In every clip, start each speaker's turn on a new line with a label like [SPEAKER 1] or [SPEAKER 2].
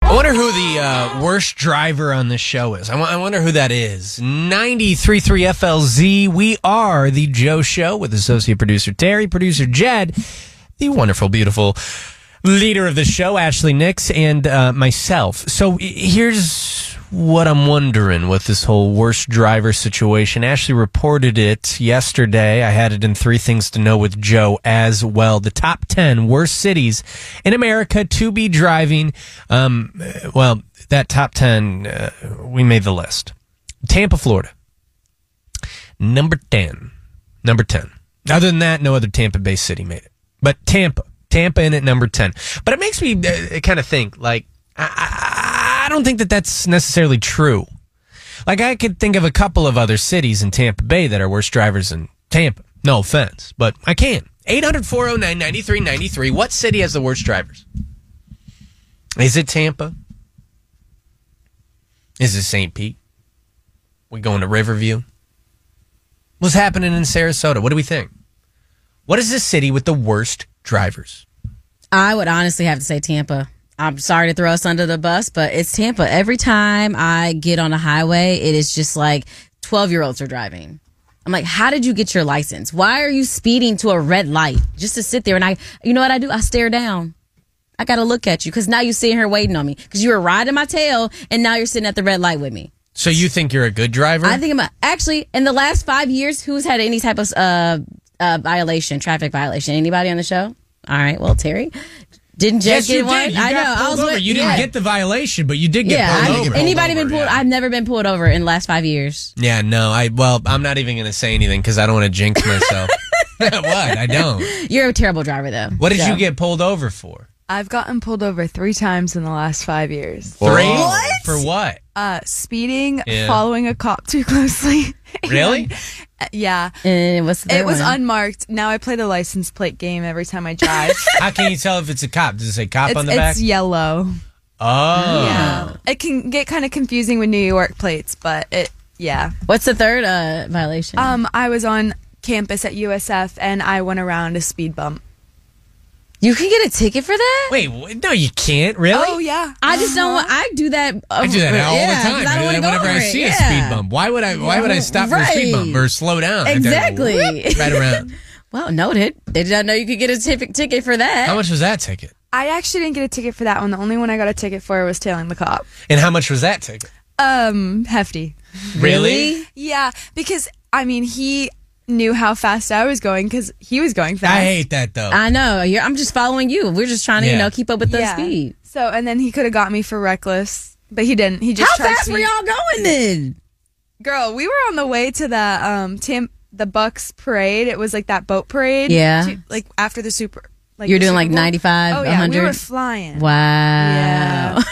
[SPEAKER 1] I wonder who the uh, worst driver on this show is. I wa- I wonder who that is. 93.3 FLZ. We are the Joe Show with associate producer Terry, producer Jed, the wonderful, beautiful leader of the show, Ashley Nix, and uh, myself. So i- here's what I'm wondering with this whole worst driver situation. Ashley reported it yesterday. I had it in three things to know with Joe as well. The top 10 worst cities in America to be driving. Um, uh, well, that top 10, uh, we made the list. Tampa, Florida. Number 10. Number 10. Other than that, no other Tampa Bay city made it. But Tampa. Tampa in at number 10. But it makes me uh, kind of think, like, I, I, I don't think that that's necessarily true. Like, I could think of a couple of other cities in Tampa Bay that are worse drivers than Tampa. No offense, but I can. 800 409 9393. What city has the worst drivers? Is it Tampa? Is it St. Pete? We going to Riverview? What's happening in Sarasota? What do we think? What is the city with the worst drivers?
[SPEAKER 2] I would honestly have to say Tampa. I'm sorry to throw us under the bus, but it's Tampa. Every time I get on a highway, it is just like 12 year olds are driving. I'm like, how did you get your license? Why are you speeding to a red light just to sit there? And I, you know what I do? I stare down. I got to look at you because now you're sitting here waiting on me because you were riding my tail and now you're sitting at the red light with me.
[SPEAKER 1] So you think you're a good driver?
[SPEAKER 2] I think I'm a, actually in the last five years, who's had any type of uh, uh, violation, traffic violation? Anybody on the show? All right, well, Terry, didn't Jed
[SPEAKER 1] yes,
[SPEAKER 2] get
[SPEAKER 1] you
[SPEAKER 2] one?
[SPEAKER 1] did. You
[SPEAKER 2] I
[SPEAKER 1] got
[SPEAKER 2] know. I
[SPEAKER 1] pulled
[SPEAKER 2] was
[SPEAKER 1] over.
[SPEAKER 2] with-
[SPEAKER 1] you
[SPEAKER 2] yeah.
[SPEAKER 1] didn't get the violation, but you did get
[SPEAKER 2] yeah,
[SPEAKER 1] pulled
[SPEAKER 2] I-
[SPEAKER 1] over.
[SPEAKER 2] anybody been pulled? I've never been pulled over in the last five years.
[SPEAKER 1] yeah, no. I well, I'm not even going to say anything because I don't want to jinx myself. what? I don't.
[SPEAKER 2] You're a terrible driver, though.
[SPEAKER 1] What did
[SPEAKER 2] So-
[SPEAKER 1] you get pulled over for?
[SPEAKER 3] I've gotten pulled over three times in the last five years.
[SPEAKER 1] Three. What? For what?
[SPEAKER 2] Oh
[SPEAKER 3] Uh, speeding,
[SPEAKER 1] Yeah.
[SPEAKER 3] following a cop too closely.
[SPEAKER 1] Really?
[SPEAKER 3] And- yeah.
[SPEAKER 2] And what's the
[SPEAKER 3] it was
[SPEAKER 2] un-
[SPEAKER 3] unmarked. Now I play the license plate game every time I drive.
[SPEAKER 1] How can you tell if it's a cop? Does it say cop
[SPEAKER 3] it's,
[SPEAKER 1] on the back?
[SPEAKER 3] it's yellow.
[SPEAKER 1] Oh.
[SPEAKER 3] Yeah. It can get kind of confusing with New York plates, but it, yeah.
[SPEAKER 2] What's the third uh, violation?
[SPEAKER 3] Um, I was on campus at USF and I went around a speed bump.
[SPEAKER 2] you can get a ticket for that.
[SPEAKER 1] Wait, wh- no, you can't. Really?
[SPEAKER 3] Oh, yeah.
[SPEAKER 2] I just don't want. I do that. uh,
[SPEAKER 1] I do that all
[SPEAKER 2] yeah,
[SPEAKER 1] the time.
[SPEAKER 2] 'cause I
[SPEAKER 1] do
[SPEAKER 2] don't
[SPEAKER 1] that
[SPEAKER 2] want to go
[SPEAKER 1] whenever
[SPEAKER 2] over
[SPEAKER 1] I
[SPEAKER 2] it,
[SPEAKER 1] see a
[SPEAKER 2] yeah.
[SPEAKER 1] speed bump, why would I? Why would I stop for a speed
[SPEAKER 2] Right.
[SPEAKER 1] bump or slow down? I'd go,
[SPEAKER 2] Exactly.
[SPEAKER 1] "Whoop," right around.
[SPEAKER 2] Well, noted. They did not know you could get a tip- ticket for that.
[SPEAKER 1] How much was that ticket?
[SPEAKER 3] I actually didn't get a ticket for that one. The only one I got a ticket for was tailing the cop.
[SPEAKER 1] And how much was that ticket?
[SPEAKER 3] Um, hefty.
[SPEAKER 1] Really?
[SPEAKER 3] Yeah, because I mean, he knew how fast I was going because he was going fast.
[SPEAKER 1] I hate that though.
[SPEAKER 2] I know. You're, I'm just following you. We're just trying to, you
[SPEAKER 1] Yeah.
[SPEAKER 2] know, keep up with the
[SPEAKER 3] Yeah.
[SPEAKER 2] speed.
[SPEAKER 3] So, and then he could have got me for reckless, but he didn't. He just
[SPEAKER 2] How
[SPEAKER 3] charged
[SPEAKER 2] fast
[SPEAKER 3] me.
[SPEAKER 2] were y'all going then?
[SPEAKER 3] Girl, we were on the way to the um Tam- the Bucks parade. It was like that boat parade.
[SPEAKER 2] Yeah.
[SPEAKER 3] to- like after the Super. Like
[SPEAKER 2] You're
[SPEAKER 3] the
[SPEAKER 2] doing
[SPEAKER 3] Super
[SPEAKER 2] like
[SPEAKER 3] Bowl.
[SPEAKER 2] 95,
[SPEAKER 3] Oh yeah, we were
[SPEAKER 2] 100.
[SPEAKER 3] flying.
[SPEAKER 2] wow.
[SPEAKER 3] Yeah.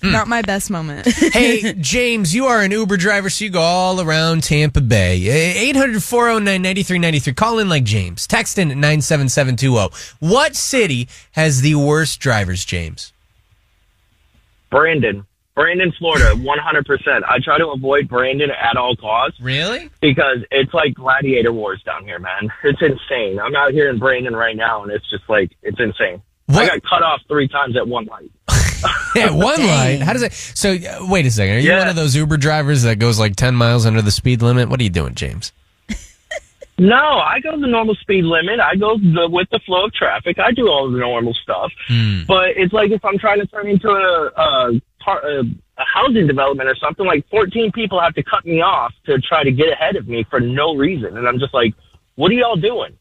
[SPEAKER 2] Hmm.
[SPEAKER 3] Not my best moment.
[SPEAKER 1] hey, James, you are an Uber driver, so you go all around Tampa Bay. Eh, 800 409 9393. Call in like James. Text in at 97720. oh. What city has the worst drivers, James?
[SPEAKER 4] Brandon. Brandon, Florida, 100%. I try to avoid Brandon at all costs
[SPEAKER 1] Really?
[SPEAKER 4] because it's like gladiator wars down here, man. It's insane. I'm out here in Brandon right now, and it's just like, it's insane. I
[SPEAKER 1] What?
[SPEAKER 4] got cut off three times at one light.
[SPEAKER 1] Yeah, one light. How does it? So, uh, wait a second. Are you
[SPEAKER 4] Yeah.
[SPEAKER 1] one of those Uber drivers that goes like 10 miles under the speed limit? What are you doing, James?
[SPEAKER 4] No, I go the normal speed limit. I go the, with the flow of traffic. I do all the normal stuff. But it's like if I'm trying to turn into a, a, par- a, a housing development or something, like 14 people have to cut me off to try to get ahead of me for no reason. And I'm just like, what are y'all doing?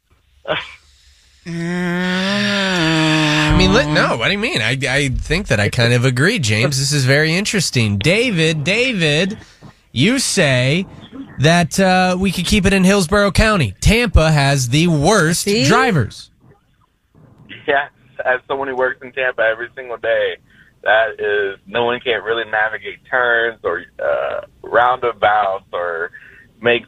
[SPEAKER 1] I mean, li- no, what do you mean? I, I think that I kind of agree, James. This is very interesting. David, David, you say that uh, we could keep it in Hillsborough County. Tampa has the worst
[SPEAKER 2] See?
[SPEAKER 1] drivers.
[SPEAKER 4] Yeah. as someone who works in Tampa every single day, that is no one can't really navigate turns or uh, roundabouts or make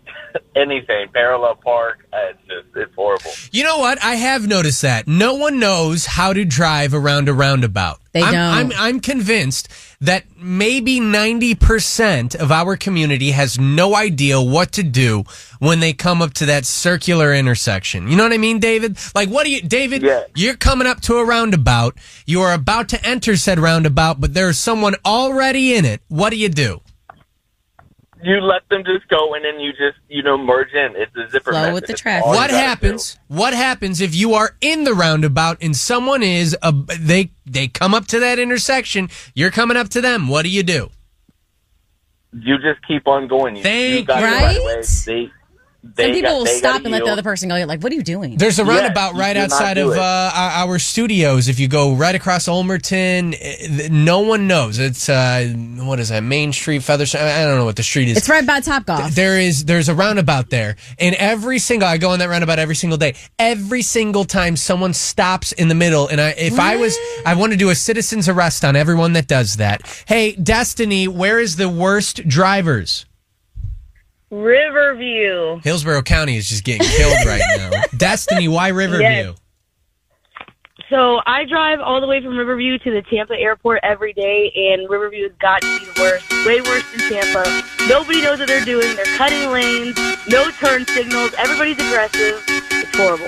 [SPEAKER 4] anything parallel park. uh, It's just it's horrible.
[SPEAKER 1] You know what? I have noticed that no one knows how to drive around a roundabout.
[SPEAKER 5] They
[SPEAKER 1] I'm,
[SPEAKER 5] don't.
[SPEAKER 1] I'm, I'm convinced that maybe 90% of our community has no idea what to do when they come up to that circular intersection. You know what I mean, David? Like, what do you, David,
[SPEAKER 4] Yeah.
[SPEAKER 1] you're coming up to a roundabout. You are about to enter said roundabout, but there's someone already in it. What do you do?
[SPEAKER 4] You let them just go in and you just you know merge in. It's a zipper.
[SPEAKER 5] Flow
[SPEAKER 4] method.
[SPEAKER 5] with the
[SPEAKER 4] It's
[SPEAKER 5] traffic.
[SPEAKER 4] all you
[SPEAKER 1] what
[SPEAKER 4] gotta do.
[SPEAKER 1] happens what happens if you are in the roundabout and someone is a, they they come up to that intersection you're coming up to them what do you do
[SPEAKER 4] You just keep on going. You,
[SPEAKER 1] Thank
[SPEAKER 4] you got
[SPEAKER 5] you.
[SPEAKER 4] it
[SPEAKER 5] Right?
[SPEAKER 4] away. They, they
[SPEAKER 5] Some people
[SPEAKER 4] got-
[SPEAKER 5] will
[SPEAKER 4] they
[SPEAKER 5] stop
[SPEAKER 4] gotta
[SPEAKER 5] and let the
[SPEAKER 4] yield.
[SPEAKER 5] other person go. You're like, what are you doing?
[SPEAKER 1] there's a
[SPEAKER 4] Yeah,
[SPEAKER 1] roundabout
[SPEAKER 4] you
[SPEAKER 1] right
[SPEAKER 4] do not
[SPEAKER 1] outside
[SPEAKER 4] do
[SPEAKER 1] of
[SPEAKER 4] it.
[SPEAKER 1] uh, our our studios if you go right across Olmerton eh, th- no one knows it's uh, what is that Main Street Featherstone I I don't know what the street is
[SPEAKER 5] it's right by Top Golf.
[SPEAKER 1] there is there's a roundabout there and every single i go on that roundabout every single day every single time someone stops in the middle and i if i was i want to do a citizen's arrest on everyone that does that hey destiny where is the worst drivers
[SPEAKER 2] Riverview.
[SPEAKER 1] hillsborough county is just getting killed right now destiny why riverview
[SPEAKER 2] Yes. So I drive all the way from Riverview to the Tampa airport every day, and Riverview has got to be the worst, way worse than Tampa. Nobody knows what they're doing. They're cutting lanes, no turn signals. Everybody's aggressive. It's horrible.